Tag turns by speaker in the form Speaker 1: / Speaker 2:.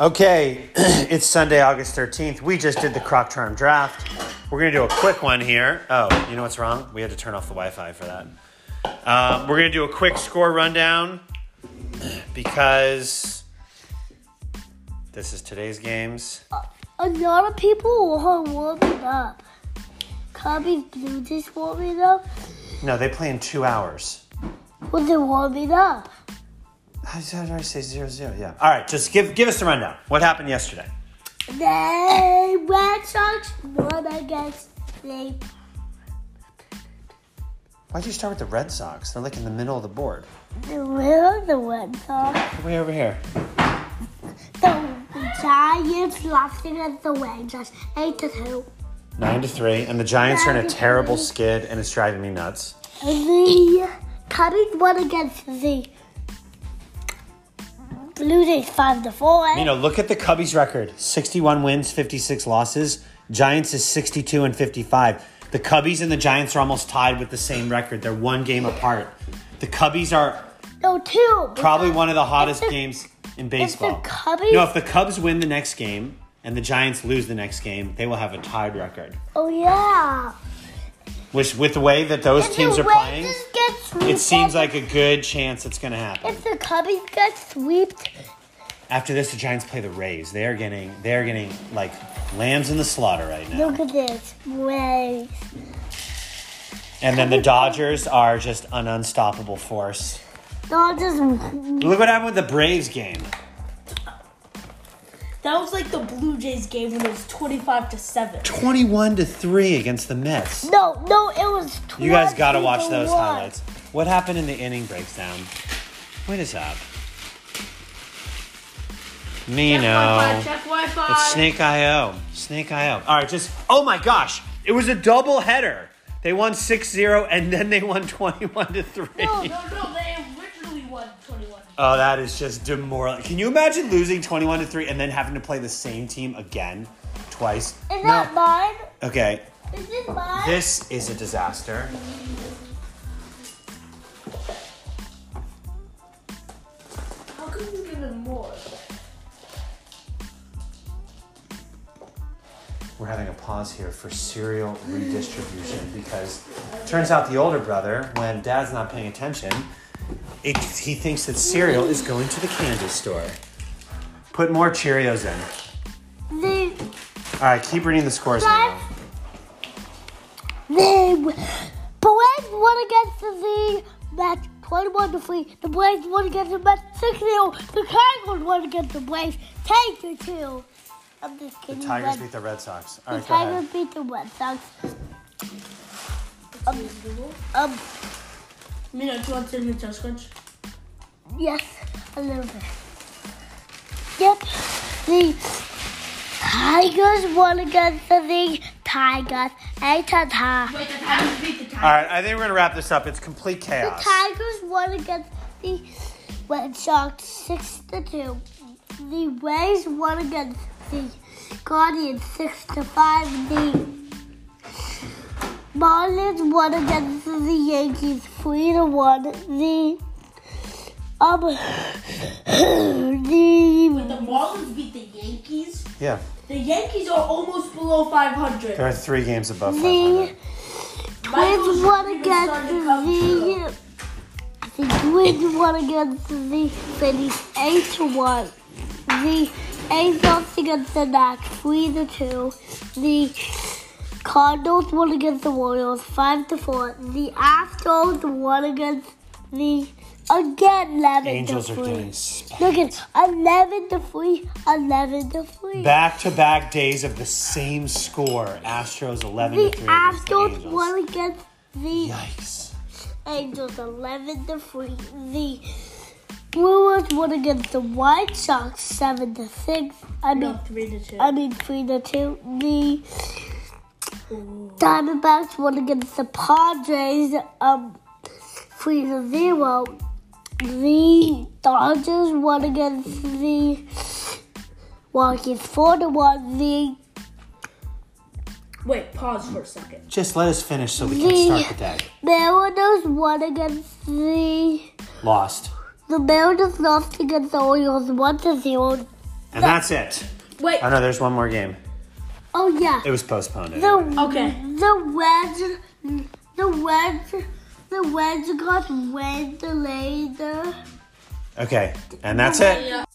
Speaker 1: Okay, it's Sunday, August 13th. We just did the Croc Charm draft. We're going to do a quick one here. Oh, you know what's wrong? We had to turn off the Wi Fi for that. Um, we're going to do a quick score rundown because this is today's games.
Speaker 2: A lot of people are warming up. Kirby Blue just warming up.
Speaker 1: No, they play in two hours.
Speaker 2: Well, they're warming up.
Speaker 1: How did I say zero zero? Yeah. All right, just give, give us the rundown. What happened yesterday?
Speaker 2: They Red Sox won against the
Speaker 1: Why'd you start with the Red Sox? They're like in the middle of the board.
Speaker 2: the Will the Red Sox.
Speaker 1: Way over here.
Speaker 2: The Giants lost it at the Rangers, eight to two.
Speaker 1: Nine to three, and the Giants are in a terrible skid, and it's driving me nuts.
Speaker 2: And the Cubbies won against the Blue Jays five to four. eh?
Speaker 1: You know, look at the Cubbies' record: sixty-one wins, fifty-six losses. Giants is sixty-two and fifty-five. The Cubbies and the Giants are almost tied with the same record. They're one game apart. The Cubbies are
Speaker 2: No, two.
Speaker 1: probably one of the hottest
Speaker 2: If the-
Speaker 1: games in baseball.
Speaker 2: Cubbies-
Speaker 1: No, if the Cubs win the next game and the Giants lose the next game, they will have a tied record.
Speaker 2: Oh yeah.
Speaker 1: Which, with the way that those
Speaker 2: If
Speaker 1: teams
Speaker 2: the
Speaker 1: are playing,
Speaker 2: Rangers get swept,
Speaker 1: it seems like a good chance it's going to happen.
Speaker 2: if the Cubbies get swept,
Speaker 1: After this, the Giants play the Rays. They are getting they are getting like lambs in the slaughter right now.
Speaker 2: look at this. Rays.
Speaker 1: And then the Dodgers are just an unstoppable force.
Speaker 2: Dodgers.
Speaker 1: Look what happened with the Braves game.
Speaker 3: That was like the Blue Jays game when it was 25 to 7.
Speaker 1: Twenty-one to three against the Mets.
Speaker 2: No, no, it was.
Speaker 1: You guys gotta
Speaker 2: 20
Speaker 1: watch those
Speaker 2: one.
Speaker 1: highlights. What happened in the inning breakdown? What is up? Nino.
Speaker 3: check Wi-Fi.
Speaker 1: It's Snake IO. Snake IO. All right, just oh my gosh, it was a double header. They won 6-0 and then they won 21 to 3.
Speaker 3: No, no, no, they originally won 21.
Speaker 1: Oh, that is just demoralizing. Can you imagine losing 21 to 3 and then having to play the same team again twice?
Speaker 2: Is that mine?
Speaker 1: Okay.
Speaker 2: Is this mine?
Speaker 1: This is a disaster.
Speaker 3: How could you give them more?
Speaker 1: We're having a pause here for cereal redistribution because turns out the older brother, when dad's not paying attention, it, he thinks that cereal is going to the candy store. Put more Cheerios in.
Speaker 2: They,
Speaker 1: All right, keep reading the scores.
Speaker 2: Five.
Speaker 1: Now.
Speaker 2: they, Braves won against the Mets 21 to 3. The Braves won against the Mets 6 0. The Tigers won against the Braves 10 to 2. I'm just
Speaker 1: The
Speaker 2: kidding.
Speaker 1: Tigers
Speaker 2: Red-
Speaker 1: beat the Red Sox. All
Speaker 2: the
Speaker 1: right, go ahead.
Speaker 2: Tigers beat the Red Sox. Um, um,
Speaker 3: You know, do you want to me to scrunch?
Speaker 2: yes, a little bit. Yep, the Tigers won against the Tigers 8 to 10.
Speaker 3: Wait, the Tigers beat the Tigers.
Speaker 1: All right, I think we're gonna wrap this up. It's complete
Speaker 2: The
Speaker 1: chaos.
Speaker 2: Tigers won against the Red Sox six to two. The Rays won against the Guardians six to five. The Marlins won against the Yankees three to one. The um the
Speaker 3: The Marlins beat the Yankees.
Speaker 1: Yeah,
Speaker 3: The Yankees are almost below 500.
Speaker 1: there are three games above
Speaker 2: the
Speaker 1: 500.
Speaker 2: Twins won against
Speaker 3: starting to come
Speaker 2: the the Twins won against the Phillies eight to one. The A's lost against the Nats three to two. The Cardinals won against the Royals five to four. The Astros won against the again eleven
Speaker 1: Angels
Speaker 2: to
Speaker 1: are
Speaker 2: three.
Speaker 1: doing
Speaker 2: Look at eleven to three, eleven to three.
Speaker 1: back-to-back days of the same score. Astros 11
Speaker 2: the
Speaker 1: to 3 against the
Speaker 2: Astros
Speaker 1: Angels.
Speaker 2: won against the
Speaker 1: Yikes.
Speaker 2: Angels 11 to 3. The Brewers won against the White Sox 7 to 6. I mean,
Speaker 3: No, 3 to 2.
Speaker 2: I mean 3 to 2. The Diamondbacks won against the Padres um 3 to 0. The Dodgers won against the Rockies 4 to 1. The
Speaker 3: Wait, pause for a second.
Speaker 1: Just let us finish so we can start the day.
Speaker 2: Mariners won against the
Speaker 1: Lost.
Speaker 2: The Mariners lost against the Orioles 1 to 0.
Speaker 1: And that's it.
Speaker 3: Wait.
Speaker 1: Oh no, there's one more game.
Speaker 2: Oh yeah.
Speaker 1: It was postponed.
Speaker 2: The
Speaker 1: anyway.
Speaker 3: Okay.
Speaker 2: The wedge, the wedge, the wedge uh, got way later.
Speaker 1: Okay, and that's it.